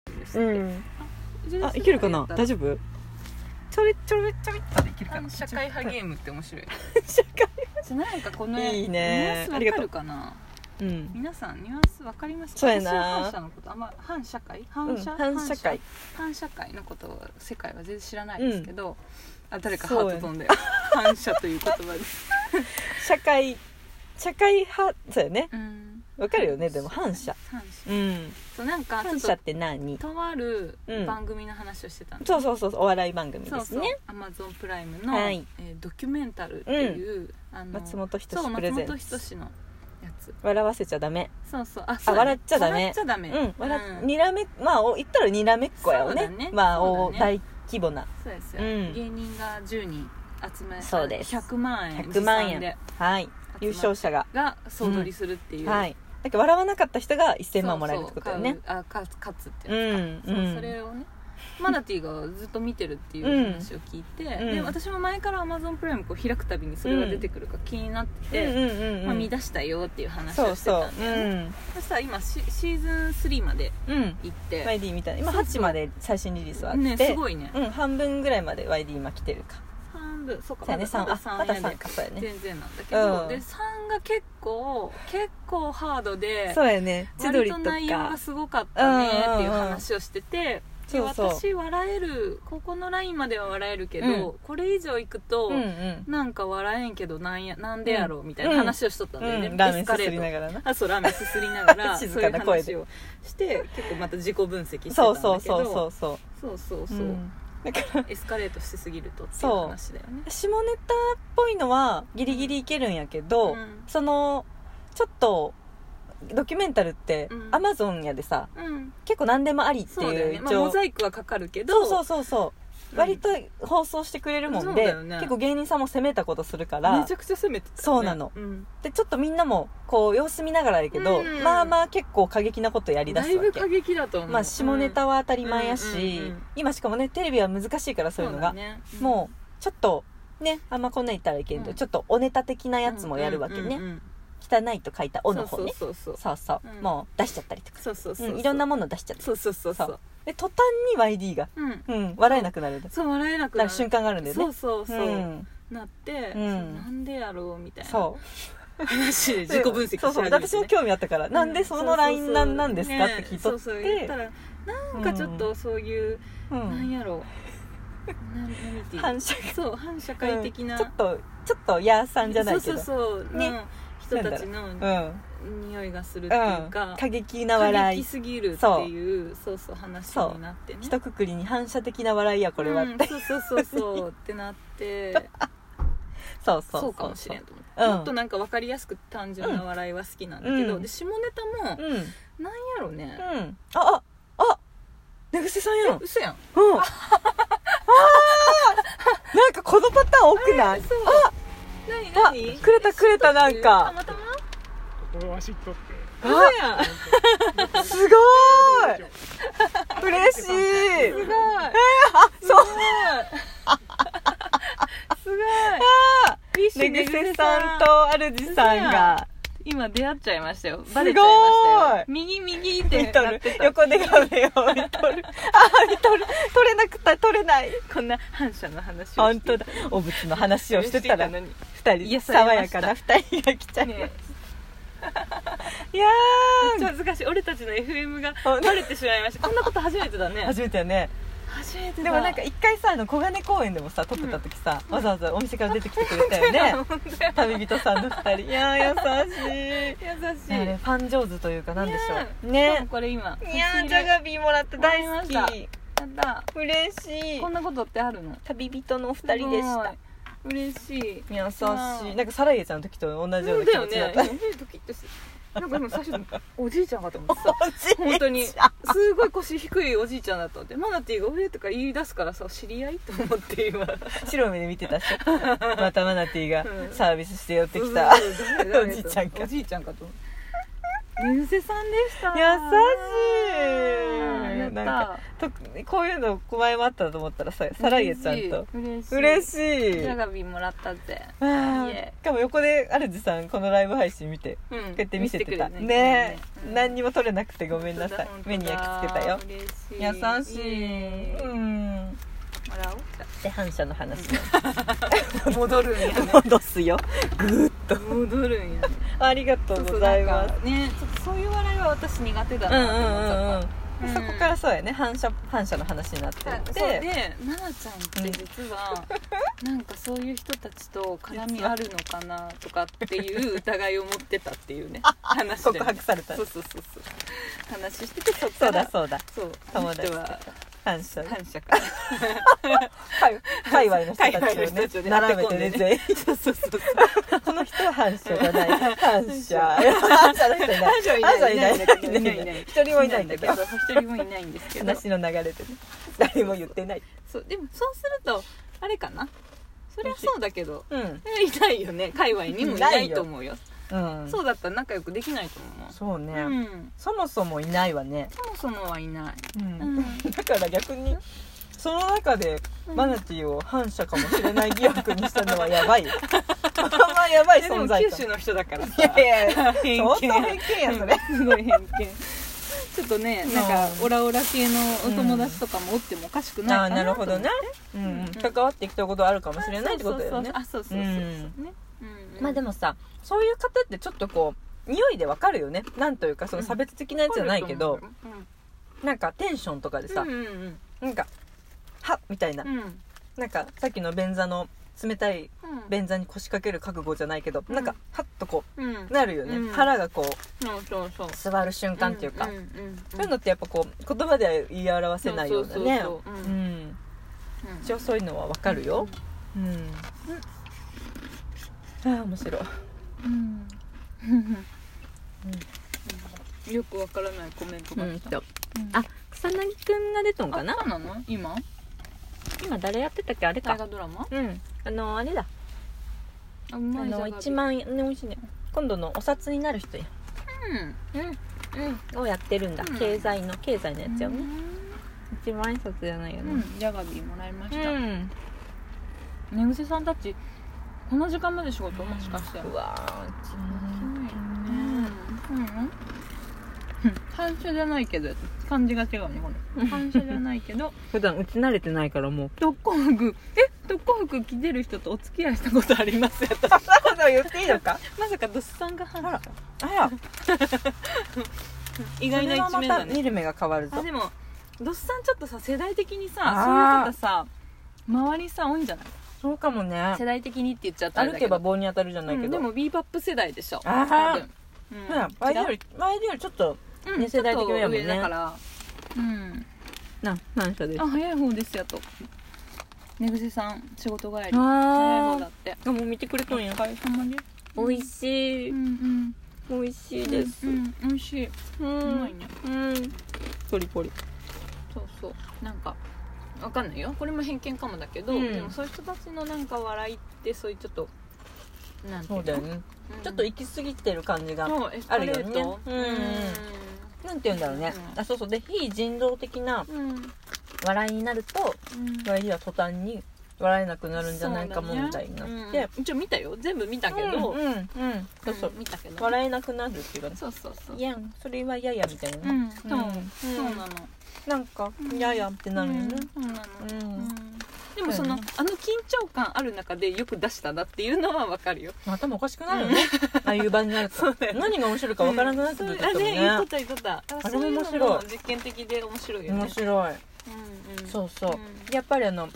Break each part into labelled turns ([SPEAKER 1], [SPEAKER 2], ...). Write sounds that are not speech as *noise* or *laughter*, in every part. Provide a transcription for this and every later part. [SPEAKER 1] して、
[SPEAKER 2] うん
[SPEAKER 1] 全然
[SPEAKER 2] あいけるかな大
[SPEAKER 1] 丈
[SPEAKER 2] 丈夫ちょびちょびちょびっとでいけるかな
[SPEAKER 1] 社会派ゲームって面白い
[SPEAKER 2] 社会
[SPEAKER 1] じゃあなんかこの
[SPEAKER 2] いいね
[SPEAKER 1] ニュアンスわかるかな
[SPEAKER 2] うん
[SPEAKER 1] 皆さんニュアンスわかりました
[SPEAKER 2] そうやな
[SPEAKER 1] 私は反社のことあんま反社会
[SPEAKER 2] うん
[SPEAKER 1] 反社、
[SPEAKER 2] 反社会
[SPEAKER 1] 反社会のことを世界は全然知らないですけど、あ誰かハ
[SPEAKER 2] そう
[SPEAKER 1] ー
[SPEAKER 2] やね
[SPEAKER 1] ト飛んだよ反社という言葉で
[SPEAKER 2] 社会社会派 *laughs* そうやね
[SPEAKER 1] うん
[SPEAKER 2] わかるよねでも反社
[SPEAKER 1] 反社
[SPEAKER 2] うん
[SPEAKER 1] そうなんか
[SPEAKER 2] 反
[SPEAKER 1] ち
[SPEAKER 2] 社
[SPEAKER 1] ょっ
[SPEAKER 2] って何
[SPEAKER 1] ととある
[SPEAKER 2] うん
[SPEAKER 1] 番組の話をしてたんです、
[SPEAKER 2] そうそうそうそうお笑い番組ですね
[SPEAKER 1] アマゾンプライムの、
[SPEAKER 2] はい
[SPEAKER 1] えードキュメンタルっていう、あの
[SPEAKER 2] 松本人
[SPEAKER 1] そう
[SPEAKER 2] 志プレ
[SPEAKER 1] 松
[SPEAKER 2] ゼン
[SPEAKER 1] 本
[SPEAKER 2] ツ
[SPEAKER 1] 人志のやつ
[SPEAKER 2] 笑わせちゃダメ
[SPEAKER 1] そうそうあそうだね
[SPEAKER 2] 笑っちゃダメ
[SPEAKER 1] 笑っちゃダメ
[SPEAKER 2] うん笑っにらめまあお言ったらにらめっこやよ
[SPEAKER 1] そ
[SPEAKER 2] ね
[SPEAKER 1] うだね
[SPEAKER 2] まあ
[SPEAKER 1] そ
[SPEAKER 2] お
[SPEAKER 1] うだね
[SPEAKER 2] 大規模な
[SPEAKER 1] そうですよ、
[SPEAKER 2] うん
[SPEAKER 1] 芸人が10人集め
[SPEAKER 2] そうです
[SPEAKER 1] 100万円
[SPEAKER 2] 100万
[SPEAKER 1] 持参で
[SPEAKER 2] 円はい優勝者が
[SPEAKER 1] が総取りするっていう、
[SPEAKER 2] はいだから笑わなかった人が1000万もらえるってことよね
[SPEAKER 1] そうそう買うあ勝つ勝つって
[SPEAKER 2] う
[SPEAKER 1] いうんそう
[SPEAKER 2] うん
[SPEAKER 1] それをねマナティーがずっと見てるっていう話を聞いて、
[SPEAKER 2] うん
[SPEAKER 1] で私も前からアマゾンプライムこう開くたびにそれが出てくるから気になってて、
[SPEAKER 2] うんうんうんうん
[SPEAKER 1] まあ、見出したよっていう話
[SPEAKER 2] そ
[SPEAKER 1] を
[SPEAKER 2] う
[SPEAKER 1] して
[SPEAKER 2] そ
[SPEAKER 1] た
[SPEAKER 2] うんう
[SPEAKER 1] だよね
[SPEAKER 2] ん
[SPEAKER 1] そしたら今シシーズン3まで
[SPEAKER 2] うん
[SPEAKER 1] 行って、
[SPEAKER 2] YD みたいな今
[SPEAKER 1] そうそう
[SPEAKER 2] 8まで最新リリースはあって
[SPEAKER 1] ねすごいね、
[SPEAKER 2] うん半分ぐらいまで YD 今来てるか
[SPEAKER 1] 半分そうか
[SPEAKER 2] そうやね
[SPEAKER 1] ま
[SPEAKER 2] 3
[SPEAKER 1] だ
[SPEAKER 2] あま
[SPEAKER 1] まだ
[SPEAKER 2] だ
[SPEAKER 1] 3や
[SPEAKER 2] 3
[SPEAKER 1] ね
[SPEAKER 2] かそうやね
[SPEAKER 1] 全然なんだけど、
[SPEAKER 2] うん
[SPEAKER 1] で3が結構結構ハードで
[SPEAKER 2] そうやね千
[SPEAKER 1] 割
[SPEAKER 2] 鳥
[SPEAKER 1] と
[SPEAKER 2] と
[SPEAKER 1] 内容
[SPEAKER 2] か
[SPEAKER 1] がすごかったねっていう話をしてて、で
[SPEAKER 2] そうそう
[SPEAKER 1] 私笑えるここのラインまでは笑えるけど、
[SPEAKER 2] う
[SPEAKER 1] これ以上いくと、
[SPEAKER 2] うんうん
[SPEAKER 1] なんか笑えんけどなんやなんでやろうみたいな話をしとったんだよね、
[SPEAKER 2] うんラーメンす
[SPEAKER 1] エ
[SPEAKER 2] す
[SPEAKER 1] ス
[SPEAKER 2] り
[SPEAKER 1] カレー
[SPEAKER 2] な
[SPEAKER 1] ト
[SPEAKER 2] がらな
[SPEAKER 1] あそうラーメンすすりながら
[SPEAKER 2] *laughs* 静かな声で
[SPEAKER 1] そういう話をして結構また自己分析してたんだけど
[SPEAKER 2] そうそうそうそうそう
[SPEAKER 1] そうそう
[SPEAKER 2] う
[SPEAKER 1] そう、
[SPEAKER 2] んだから
[SPEAKER 1] エスカレートしすぎるとっていう
[SPEAKER 2] そう
[SPEAKER 1] 話だよね
[SPEAKER 2] 下ネタっぽいのはギリギリいけるんやけど、
[SPEAKER 1] うん
[SPEAKER 2] そのちょっとドキュメンタルって
[SPEAKER 1] うん
[SPEAKER 2] アマゾンやでさ
[SPEAKER 1] うん
[SPEAKER 2] 結構何でもありって
[SPEAKER 1] そうだ
[SPEAKER 2] い
[SPEAKER 1] よ
[SPEAKER 2] う
[SPEAKER 1] ね、まあ、
[SPEAKER 2] 一応
[SPEAKER 1] モザイクはかかるけど
[SPEAKER 2] そうそうそうそう、
[SPEAKER 1] うん
[SPEAKER 2] 割と放送してくれるも
[SPEAKER 1] そ
[SPEAKER 2] ん
[SPEAKER 1] うだ
[SPEAKER 2] で、
[SPEAKER 1] よね
[SPEAKER 2] 結構芸人さんも攻めたことするから
[SPEAKER 1] めちゃくちゃ攻めてたよね
[SPEAKER 2] そうなの
[SPEAKER 1] ん
[SPEAKER 2] でちょっとみんなもこう様子見ながらやけど、
[SPEAKER 1] うん
[SPEAKER 2] まあまあ結構過激なことやりだ
[SPEAKER 1] だ
[SPEAKER 2] す
[SPEAKER 1] い
[SPEAKER 2] わ
[SPEAKER 1] ぶ
[SPEAKER 2] け
[SPEAKER 1] 過激だと思う、
[SPEAKER 2] まあ下ネタは当たり前やし、
[SPEAKER 1] うんうんうんうん
[SPEAKER 2] 今しかもねテレビは難しいからそういうのが
[SPEAKER 1] ね
[SPEAKER 2] もうちょっとねあんまこんなん言ったらいけんけど、
[SPEAKER 1] うん
[SPEAKER 2] ちょっとおネタ的な
[SPEAKER 1] う
[SPEAKER 2] やつもやるわけね、
[SPEAKER 1] んうんうん
[SPEAKER 2] 汚いと書いた「お」の方ね
[SPEAKER 1] そうそうそう
[SPEAKER 2] そうそう
[SPEAKER 1] うん
[SPEAKER 2] もう出しちゃったりとか
[SPEAKER 1] そうそうそうそう
[SPEAKER 2] うんいろんなもの出しちゃった
[SPEAKER 1] そうそうそうそ
[SPEAKER 2] そう
[SPEAKER 1] う
[SPEAKER 2] で途端に YD が、
[SPEAKER 1] うん
[SPEAKER 2] うん、笑えなくなる
[SPEAKER 1] そう笑えなくな
[SPEAKER 2] なる
[SPEAKER 1] る
[SPEAKER 2] 瞬間があるんだよね
[SPEAKER 1] そうそうそう、
[SPEAKER 2] ん、
[SPEAKER 1] なって、
[SPEAKER 2] うん
[SPEAKER 1] なんでやろうみたいな
[SPEAKER 2] そう
[SPEAKER 1] 話で自己分析し
[SPEAKER 2] そうそう
[SPEAKER 1] 始めてね
[SPEAKER 2] 私も興味あったから、なんでその LINE なんなんですかっ
[SPEAKER 1] ね
[SPEAKER 2] て聞いと
[SPEAKER 1] そ
[SPEAKER 2] っ
[SPEAKER 1] う
[SPEAKER 2] て
[SPEAKER 1] そう言ったらなんかちょっとそういう、
[SPEAKER 2] う
[SPEAKER 1] なん
[SPEAKER 2] ん
[SPEAKER 1] や
[SPEAKER 2] *laughs*
[SPEAKER 1] ろうな何ていう
[SPEAKER 2] 反射
[SPEAKER 1] そう反社会的な、
[SPEAKER 2] うんちょっとちょっとヤーさんじゃないけど
[SPEAKER 1] そうそうそう、
[SPEAKER 2] ね
[SPEAKER 1] ね、人たちの
[SPEAKER 2] うん
[SPEAKER 1] 匂いがするっていう
[SPEAKER 2] うん
[SPEAKER 1] か、
[SPEAKER 2] 過激な笑
[SPEAKER 1] 過
[SPEAKER 2] い
[SPEAKER 1] 激すぎるっていうそうそう話になってね
[SPEAKER 2] 一括りに反射的な笑いやこれは、
[SPEAKER 1] うん、そうそうそうそうってなって
[SPEAKER 2] *laughs* そう
[SPEAKER 1] そ
[SPEAKER 2] そうう
[SPEAKER 1] かもしれんと思って、
[SPEAKER 2] うん
[SPEAKER 1] もっとなんか分かりやすく単純な笑いは好きなんだけど、
[SPEAKER 2] うん
[SPEAKER 1] で下ネタも
[SPEAKER 2] うんうん
[SPEAKER 1] 何やろうね、
[SPEAKER 2] あああ寝癖さんやん
[SPEAKER 1] 嘘やん
[SPEAKER 2] うん。ああなんかこのパターン多くない
[SPEAKER 1] 嘘何
[SPEAKER 2] あ
[SPEAKER 1] 何
[SPEAKER 2] くれたくれたなん
[SPEAKER 1] た
[SPEAKER 2] か。
[SPEAKER 1] またま
[SPEAKER 3] これわしっとって
[SPEAKER 1] 嘘
[SPEAKER 2] あ
[SPEAKER 1] やん
[SPEAKER 2] すごい嬉しい
[SPEAKER 1] すごい
[SPEAKER 2] あ、そう
[SPEAKER 1] すごいビッシュ
[SPEAKER 2] 寝癖さん
[SPEAKER 1] 寝癖
[SPEAKER 2] と主さんが
[SPEAKER 1] 今出会っちゃいましたよバレちゃいましたよ
[SPEAKER 2] す
[SPEAKER 1] 右右って
[SPEAKER 2] 見と
[SPEAKER 1] なっ
[SPEAKER 2] る
[SPEAKER 1] てた
[SPEAKER 2] 横で画面を見と *laughs* るあー見とる取れなくた取れない
[SPEAKER 1] こんな反射の話をして
[SPEAKER 2] *laughs* 本当だお仏の話をしてたら
[SPEAKER 1] しての
[SPEAKER 2] 二
[SPEAKER 1] に
[SPEAKER 2] 人
[SPEAKER 1] 癒さ
[SPEAKER 2] 爽
[SPEAKER 1] れま
[SPEAKER 2] や
[SPEAKER 1] した
[SPEAKER 2] かな二人が来ちゃう
[SPEAKER 1] ね
[SPEAKER 2] いや
[SPEAKER 1] めっち
[SPEAKER 2] ー
[SPEAKER 1] ゃ難しい俺たちの FM が
[SPEAKER 2] あ
[SPEAKER 1] バレてしまいましたこんなこと初めてだね
[SPEAKER 2] 初めてよね
[SPEAKER 1] 初めて
[SPEAKER 2] で
[SPEAKER 1] だ
[SPEAKER 2] もなんか一回さあの小金公園でもさ撮ってた時さ、わざわざお店から出てきてくれた *laughs* よね
[SPEAKER 1] 本当や
[SPEAKER 2] 旅人さんの二人いやー優しい
[SPEAKER 1] 優しい
[SPEAKER 2] ねあれファン上手というかなんでしょう
[SPEAKER 1] ね
[SPEAKER 2] ね
[SPEAKER 1] これ今
[SPEAKER 2] いやーじゃがビーもらって大好
[SPEAKER 1] もら
[SPEAKER 2] き
[SPEAKER 1] いやった
[SPEAKER 2] 嬉しい
[SPEAKER 1] こんなことってあるの
[SPEAKER 2] 旅人のお二人でした
[SPEAKER 1] すごい嬉しい
[SPEAKER 2] 優し
[SPEAKER 1] う
[SPEAKER 2] い
[SPEAKER 1] ん
[SPEAKER 2] なんかサライエちゃんの時と同じような気持ちだった、 *laughs*
[SPEAKER 1] だよねドキッとして *laughs* なんか今最初おじいちゃんかと思
[SPEAKER 2] *laughs*
[SPEAKER 1] ってさ
[SPEAKER 2] おじいちゃん
[SPEAKER 1] 本当にすごい腰低いおじいちゃんだったってマナティーが「俺」とか言い出すからさ知り合いと思って今
[SPEAKER 2] 白い目で見て *laughs* たしまたマナティが
[SPEAKER 1] うん
[SPEAKER 2] サービスして寄ってきた優し
[SPEAKER 1] そうそう誰誰
[SPEAKER 2] *laughs* おじいちゃんか
[SPEAKER 1] おじいちゃんかと思って寝癖さんでした
[SPEAKER 2] い
[SPEAKER 1] なんれ
[SPEAKER 2] なんか
[SPEAKER 1] た
[SPEAKER 2] とこういうの前もあったと思ったらさサライエちゃんと
[SPEAKER 1] 嬉しい
[SPEAKER 2] 嬉
[SPEAKER 1] し
[SPEAKER 2] しい
[SPEAKER 1] ジャガビーもらったぜイ
[SPEAKER 2] あ
[SPEAKER 1] エ
[SPEAKER 2] ーしかも横で主さんこのライブ配信見て
[SPEAKER 1] うん
[SPEAKER 2] こうやって見せてた
[SPEAKER 1] 見くれる
[SPEAKER 2] ねえ、
[SPEAKER 1] うん
[SPEAKER 2] 何にも撮れなくてごめんなさい
[SPEAKER 1] 本当だ
[SPEAKER 2] 目に焼き付けたよ優
[SPEAKER 1] 嬉し
[SPEAKER 2] し
[SPEAKER 1] い
[SPEAKER 2] い
[SPEAKER 1] イエーイ
[SPEAKER 2] うん
[SPEAKER 1] もらおうじゃ
[SPEAKER 2] で反射の話
[SPEAKER 1] あ戻るんやね
[SPEAKER 2] 戻すよ
[SPEAKER 1] 戻るんやね
[SPEAKER 2] ありがとうございます
[SPEAKER 1] そうそうなんかねちょっとそういう笑いは私苦手だ
[SPEAKER 2] うんうん
[SPEAKER 1] なって思っちゃった
[SPEAKER 2] うんうん
[SPEAKER 1] うん
[SPEAKER 2] そこからそうやね反射反射の話になって
[SPEAKER 1] そう
[SPEAKER 2] って
[SPEAKER 1] で奈々ちゃんって実は、なんかそういう人たちと絡みあるのかなとかっていう疑いを持ってたっていうね話で
[SPEAKER 2] 告白された
[SPEAKER 1] そうそうそうそう話しててそっ
[SPEAKER 2] そ
[SPEAKER 1] か
[SPEAKER 2] うだ
[SPEAKER 1] ら
[SPEAKER 2] そうだ
[SPEAKER 1] そう
[SPEAKER 2] 友達
[SPEAKER 1] あ
[SPEAKER 2] と
[SPEAKER 1] の人は
[SPEAKER 2] 反射
[SPEAKER 1] 感謝
[SPEAKER 2] *laughs*
[SPEAKER 1] から
[SPEAKER 2] 界界隈の人た
[SPEAKER 1] 界隈の人た
[SPEAKER 2] ち
[SPEAKER 1] ち
[SPEAKER 2] を
[SPEAKER 1] を
[SPEAKER 2] ね
[SPEAKER 1] ね
[SPEAKER 2] 並べてね
[SPEAKER 1] 囲んでね
[SPEAKER 2] 全員
[SPEAKER 1] そうそうそう
[SPEAKER 2] *laughs*
[SPEAKER 1] そう
[SPEAKER 2] この人は反射じゃ *laughs* ない反射反射の人いない
[SPEAKER 1] 反射いない
[SPEAKER 2] 反射いな
[SPEAKER 1] いない
[SPEAKER 2] いいない
[SPEAKER 1] いないいない
[SPEAKER 2] *laughs* 一人もいないんだけど
[SPEAKER 1] 一人もいないんですけど
[SPEAKER 2] 話の流れでね誰も言ってない
[SPEAKER 1] そうでもそうするとあれかなそりゃそうだけど
[SPEAKER 2] うん
[SPEAKER 1] いないよね界隈にもいないと思うよ
[SPEAKER 2] うん
[SPEAKER 1] そうだったら仲良くできないと思う
[SPEAKER 2] そう
[SPEAKER 1] う
[SPEAKER 2] ね
[SPEAKER 1] ん
[SPEAKER 2] そもそもいないわね
[SPEAKER 1] そもそもはいない
[SPEAKER 2] うんだから逆にその中でマナティーを反社かもしれない疑惑にしたのはや
[SPEAKER 1] *laughs*
[SPEAKER 2] ばいあんまやばい
[SPEAKER 1] いやで
[SPEAKER 2] 存
[SPEAKER 1] も
[SPEAKER 2] 在
[SPEAKER 1] 九
[SPEAKER 2] 感
[SPEAKER 1] 州の人だから
[SPEAKER 2] い
[SPEAKER 1] さ
[SPEAKER 2] やいや
[SPEAKER 1] 偏
[SPEAKER 2] 相当偏見やそれ
[SPEAKER 1] うんすごい偏見ちょっとねなんか
[SPEAKER 2] うん
[SPEAKER 1] オラオラ系のお友達とかもおってもおかしく
[SPEAKER 2] あ
[SPEAKER 1] な
[SPEAKER 2] あ
[SPEAKER 1] いかな
[SPEAKER 2] な
[SPEAKER 1] と思
[SPEAKER 2] るほ
[SPEAKER 1] って
[SPEAKER 2] どね、うんうん、関わってきたことあるかもしれないってことだよね
[SPEAKER 1] あそうそうそうそうそうね
[SPEAKER 2] まあで
[SPEAKER 1] も
[SPEAKER 2] もさそういう方ってちょっとこう匂いでわかるよねなんというかその差別的なやつじゃないけど、なんかテンションとかでさ、
[SPEAKER 1] うんうんうん
[SPEAKER 2] なんか「はっ」みたいな、
[SPEAKER 1] うん
[SPEAKER 2] なんかさっきの便座の冷たい
[SPEAKER 1] うん
[SPEAKER 2] 便座に腰掛ける覚悟じゃないけど、
[SPEAKER 1] うん
[SPEAKER 2] なんかハッとこ
[SPEAKER 1] うん
[SPEAKER 2] うなるよね、
[SPEAKER 1] うん
[SPEAKER 2] 腹がこう
[SPEAKER 1] そうそうそう
[SPEAKER 2] 座る瞬間っていうか、
[SPEAKER 1] んんん
[SPEAKER 2] そういうのってやっぱこう言葉では言い表せないようなね
[SPEAKER 1] そうそうそう
[SPEAKER 2] う
[SPEAKER 1] うん
[SPEAKER 2] ん
[SPEAKER 1] うん
[SPEAKER 2] 一応そういうのはわかるようん、ああ面白い
[SPEAKER 1] うんうんよくわからないコメントが来た
[SPEAKER 2] とあ草薙くんが出とんかな
[SPEAKER 1] そうなの今
[SPEAKER 2] 今誰やってたっけあれ
[SPEAKER 1] 大河ドラマ
[SPEAKER 2] うんあのあれだ
[SPEAKER 1] あ
[SPEAKER 2] あの1万円ね美味しいね今度のお札になる人やうんをやってるんだ、
[SPEAKER 1] うん
[SPEAKER 2] 経済の経済の
[SPEAKER 1] う
[SPEAKER 2] や
[SPEAKER 1] ん
[SPEAKER 2] つよね、一万円札じゃないよ
[SPEAKER 1] う
[SPEAKER 2] ね
[SPEAKER 1] んジャガビーもらいま
[SPEAKER 2] う
[SPEAKER 1] した
[SPEAKER 2] ん、
[SPEAKER 1] 寝癖さんたちこの時間まで仕事もしかして
[SPEAKER 2] うわー一
[SPEAKER 1] う
[SPEAKER 2] 万
[SPEAKER 1] んうん反射じゃないけど感じが違うねこれ反射じゃないけど
[SPEAKER 2] 普段打ち慣れてないからもう
[SPEAKER 1] 特攻服え特攻服着てる人とお付き合いしたことあり
[SPEAKER 2] *laughs*
[SPEAKER 1] ますやった
[SPEAKER 2] そんなこと言っていいの *laughs* か
[SPEAKER 1] まさかドスさんが反
[SPEAKER 2] あら
[SPEAKER 1] 射
[SPEAKER 2] あら
[SPEAKER 1] 意
[SPEAKER 2] 意
[SPEAKER 1] 外な一面だ
[SPEAKER 2] また見
[SPEAKER 1] ね
[SPEAKER 2] る目が変わる
[SPEAKER 1] あ
[SPEAKER 2] ぞ
[SPEAKER 1] でもドスさんちょっとさ世代的に
[SPEAKER 2] あ
[SPEAKER 1] さ
[SPEAKER 2] ー
[SPEAKER 1] そういう方さ周りさ多いんじゃない
[SPEAKER 2] そうかもね
[SPEAKER 1] 世代的にって言っちゃったん
[SPEAKER 2] 歩
[SPEAKER 1] だ
[SPEAKER 2] け
[SPEAKER 1] け
[SPEAKER 2] ば
[SPEAKER 1] ど
[SPEAKER 2] 棒に当たるじゃないけど、
[SPEAKER 1] うんでもビーバップ世代でしょ
[SPEAKER 2] あー
[SPEAKER 1] 多分うん
[SPEAKER 2] ね前より前よりちょっと
[SPEAKER 1] 違う
[SPEAKER 2] ね世代的だもんね
[SPEAKER 1] ちょっと上だからうん
[SPEAKER 2] な感謝で
[SPEAKER 1] あ早い方ですやと寝癖さん仕事帰り早い
[SPEAKER 2] あ
[SPEAKER 1] 方だって
[SPEAKER 2] あもう見てくれとんや
[SPEAKER 1] お疲れ様です
[SPEAKER 2] 美味し
[SPEAKER 1] う
[SPEAKER 2] い
[SPEAKER 1] んうん
[SPEAKER 2] 美味しい
[SPEAKER 1] うん
[SPEAKER 2] です
[SPEAKER 1] うん美味しいううんまいね
[SPEAKER 2] うんポリポリ
[SPEAKER 1] そうそうなんかわかんないよこれも偏見かもだけど、
[SPEAKER 2] うん
[SPEAKER 1] でもそういう人たちのなんか笑いってそういうちょっとなんてい
[SPEAKER 2] そう
[SPEAKER 1] の
[SPEAKER 2] だよね
[SPEAKER 1] うん
[SPEAKER 2] ちょっと行き過ぎてる感じが
[SPEAKER 1] そうエスカレート
[SPEAKER 2] あるよねなんて言うんだろうね
[SPEAKER 1] うん
[SPEAKER 2] あそうそうで非人道的な
[SPEAKER 1] うんうん
[SPEAKER 2] 笑いになると
[SPEAKER 1] うん
[SPEAKER 2] 笑いは途端に笑えなくなるんじゃないかも
[SPEAKER 1] そうだね
[SPEAKER 2] みたいになっ
[SPEAKER 1] うん
[SPEAKER 2] て
[SPEAKER 1] 一応見たよ全部見たけど、
[SPEAKER 2] うんうんうんそうそう
[SPEAKER 1] うん見たけど
[SPEAKER 2] 笑えなくなるっていうかね
[SPEAKER 1] そうそうそう
[SPEAKER 2] いやんそれはややみたいな
[SPEAKER 1] うんそう、
[SPEAKER 2] うん
[SPEAKER 1] そうなの
[SPEAKER 2] なんか
[SPEAKER 1] うん
[SPEAKER 2] ややってなるよね
[SPEAKER 1] うんそうなの
[SPEAKER 2] うん
[SPEAKER 1] うんでもそ
[SPEAKER 2] そうや
[SPEAKER 1] の、
[SPEAKER 2] ね
[SPEAKER 1] あの緊張感ある中でよく出したなっていうのはわかるよ
[SPEAKER 2] 頭おかしくなるよねああいう場になると
[SPEAKER 1] そうだよね
[SPEAKER 2] 何が面白いかわからなくなってくる
[SPEAKER 1] あね言っと
[SPEAKER 2] も
[SPEAKER 1] っ
[SPEAKER 2] ね
[SPEAKER 1] た言っとった
[SPEAKER 2] あれ
[SPEAKER 1] そういうの
[SPEAKER 2] 面白い
[SPEAKER 1] 実験的で面白いよね
[SPEAKER 2] 面白い
[SPEAKER 1] うんうん
[SPEAKER 2] そうそう
[SPEAKER 1] う
[SPEAKER 2] やっぱりあの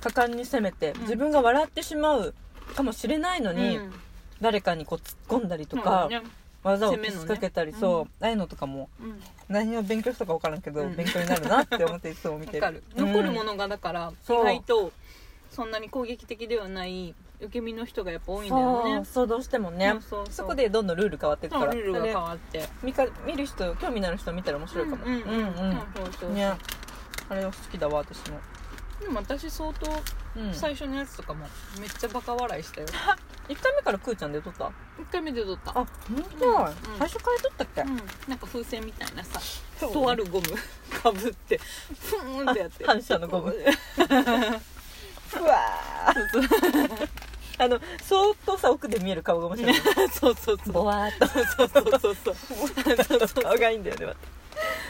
[SPEAKER 2] 果敢に攻めて
[SPEAKER 1] ん
[SPEAKER 2] 自分が笑ってしまうかもしれないの
[SPEAKER 1] ん
[SPEAKER 2] に
[SPEAKER 1] うん
[SPEAKER 2] 誰かにこう突っ込んだりと
[SPEAKER 1] そうだ
[SPEAKER 2] か
[SPEAKER 1] ね
[SPEAKER 2] 技を
[SPEAKER 1] 攻め
[SPEAKER 2] 突
[SPEAKER 1] の
[SPEAKER 2] き
[SPEAKER 1] ね
[SPEAKER 2] かけたり
[SPEAKER 1] う
[SPEAKER 2] そうああいうのとかも
[SPEAKER 1] うん
[SPEAKER 2] 何を勉強したか分からんけど
[SPEAKER 1] うん
[SPEAKER 2] 勉強になるなって思っていつも見
[SPEAKER 1] わ
[SPEAKER 2] て
[SPEAKER 1] かる残るも
[SPEAKER 2] の
[SPEAKER 1] のがだから意
[SPEAKER 2] そう
[SPEAKER 1] 外とそんなに攻撃的ではない受け身の人がやっぱ多いんだ
[SPEAKER 2] そ
[SPEAKER 1] よ
[SPEAKER 2] う
[SPEAKER 1] ね
[SPEAKER 2] そうどうしてもね
[SPEAKER 1] そうそうそう
[SPEAKER 2] そこでどんどんルール変わっていく
[SPEAKER 1] そ
[SPEAKER 2] か
[SPEAKER 1] う
[SPEAKER 2] ら
[SPEAKER 1] ルールが
[SPEAKER 2] あれ
[SPEAKER 1] 変わって
[SPEAKER 2] 見か見る人興味のある人見たら面白いかも
[SPEAKER 1] うんうん
[SPEAKER 2] うん
[SPEAKER 1] そうそううん
[SPEAKER 2] ねあれは好きだわ私も
[SPEAKER 1] でも私相当
[SPEAKER 2] うん
[SPEAKER 1] 最初のやつとかもめっちゃバカ笑いしたよ
[SPEAKER 2] 1回目からくーちゃんで撮った
[SPEAKER 1] 一回目で撮った
[SPEAKER 2] あ本当
[SPEAKER 1] うん
[SPEAKER 2] 最初から撮ったっけ
[SPEAKER 1] うんなんか風船みたいなさ
[SPEAKER 2] そう
[SPEAKER 1] とあるゴム *laughs* かぶってふーんってやって
[SPEAKER 2] 反射のゴム *laughs* うわー
[SPEAKER 1] そうそう
[SPEAKER 2] *laughs* あのそーっとさ奥で見える顔が面白いね
[SPEAKER 1] そうそう
[SPEAKER 2] ボワーっと
[SPEAKER 1] そうそうそうそう
[SPEAKER 2] 顔がいいんだよねまた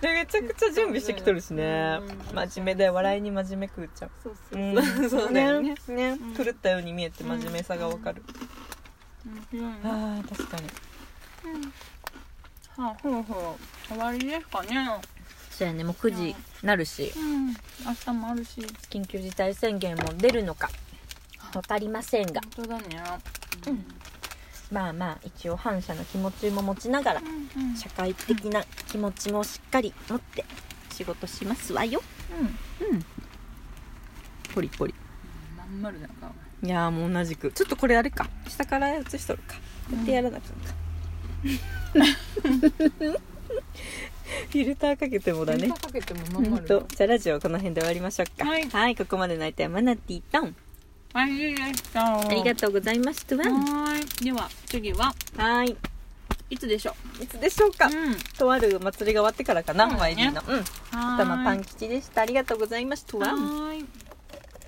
[SPEAKER 2] でめちゃくちゃ準備してきとるしね
[SPEAKER 1] うん
[SPEAKER 2] 真面目だよ笑いに真面目くうちゃん
[SPEAKER 1] そうそうそうそうだよね
[SPEAKER 2] ね
[SPEAKER 1] ん
[SPEAKER 2] 狂ったように見えて真面目さがわかる、
[SPEAKER 1] うんは
[SPEAKER 2] あー確かに
[SPEAKER 1] あほうほう終わりですかね
[SPEAKER 2] そうやねもう9時なるし
[SPEAKER 1] うん明日もあるし
[SPEAKER 2] 緊急事態宣言も出るのかわかりませんが
[SPEAKER 1] 本当だね
[SPEAKER 2] うんまあまあ一応反射の気持ちも持ちながら
[SPEAKER 1] うんうん
[SPEAKER 2] 社会的な気持ちもしっかり持って仕事しますわようんポリポリ
[SPEAKER 1] まん丸だない
[SPEAKER 2] やーもう同じくちょっとこれあれか下から写しとるかこうやってやらなあかんか、 *laughs* フィルターかけてもだね
[SPEAKER 1] かけても
[SPEAKER 2] うんとじゃあラジオはこの辺で終わりましょうか
[SPEAKER 1] はい
[SPEAKER 2] ここまでの相手はマナティーとン
[SPEAKER 1] ありがとう
[SPEAKER 2] ありがとうございましたわ
[SPEAKER 1] はーいでは次は
[SPEAKER 2] はいい
[SPEAKER 1] いつでしょ
[SPEAKER 2] つでしょうか、
[SPEAKER 1] ううん
[SPEAKER 2] とある祭りが終わってからかな、
[SPEAKER 1] そうだね
[SPEAKER 2] ワイリーのうん
[SPEAKER 1] はーい
[SPEAKER 2] 頭パン吉でしたありがとうございましたわ
[SPEAKER 1] はーい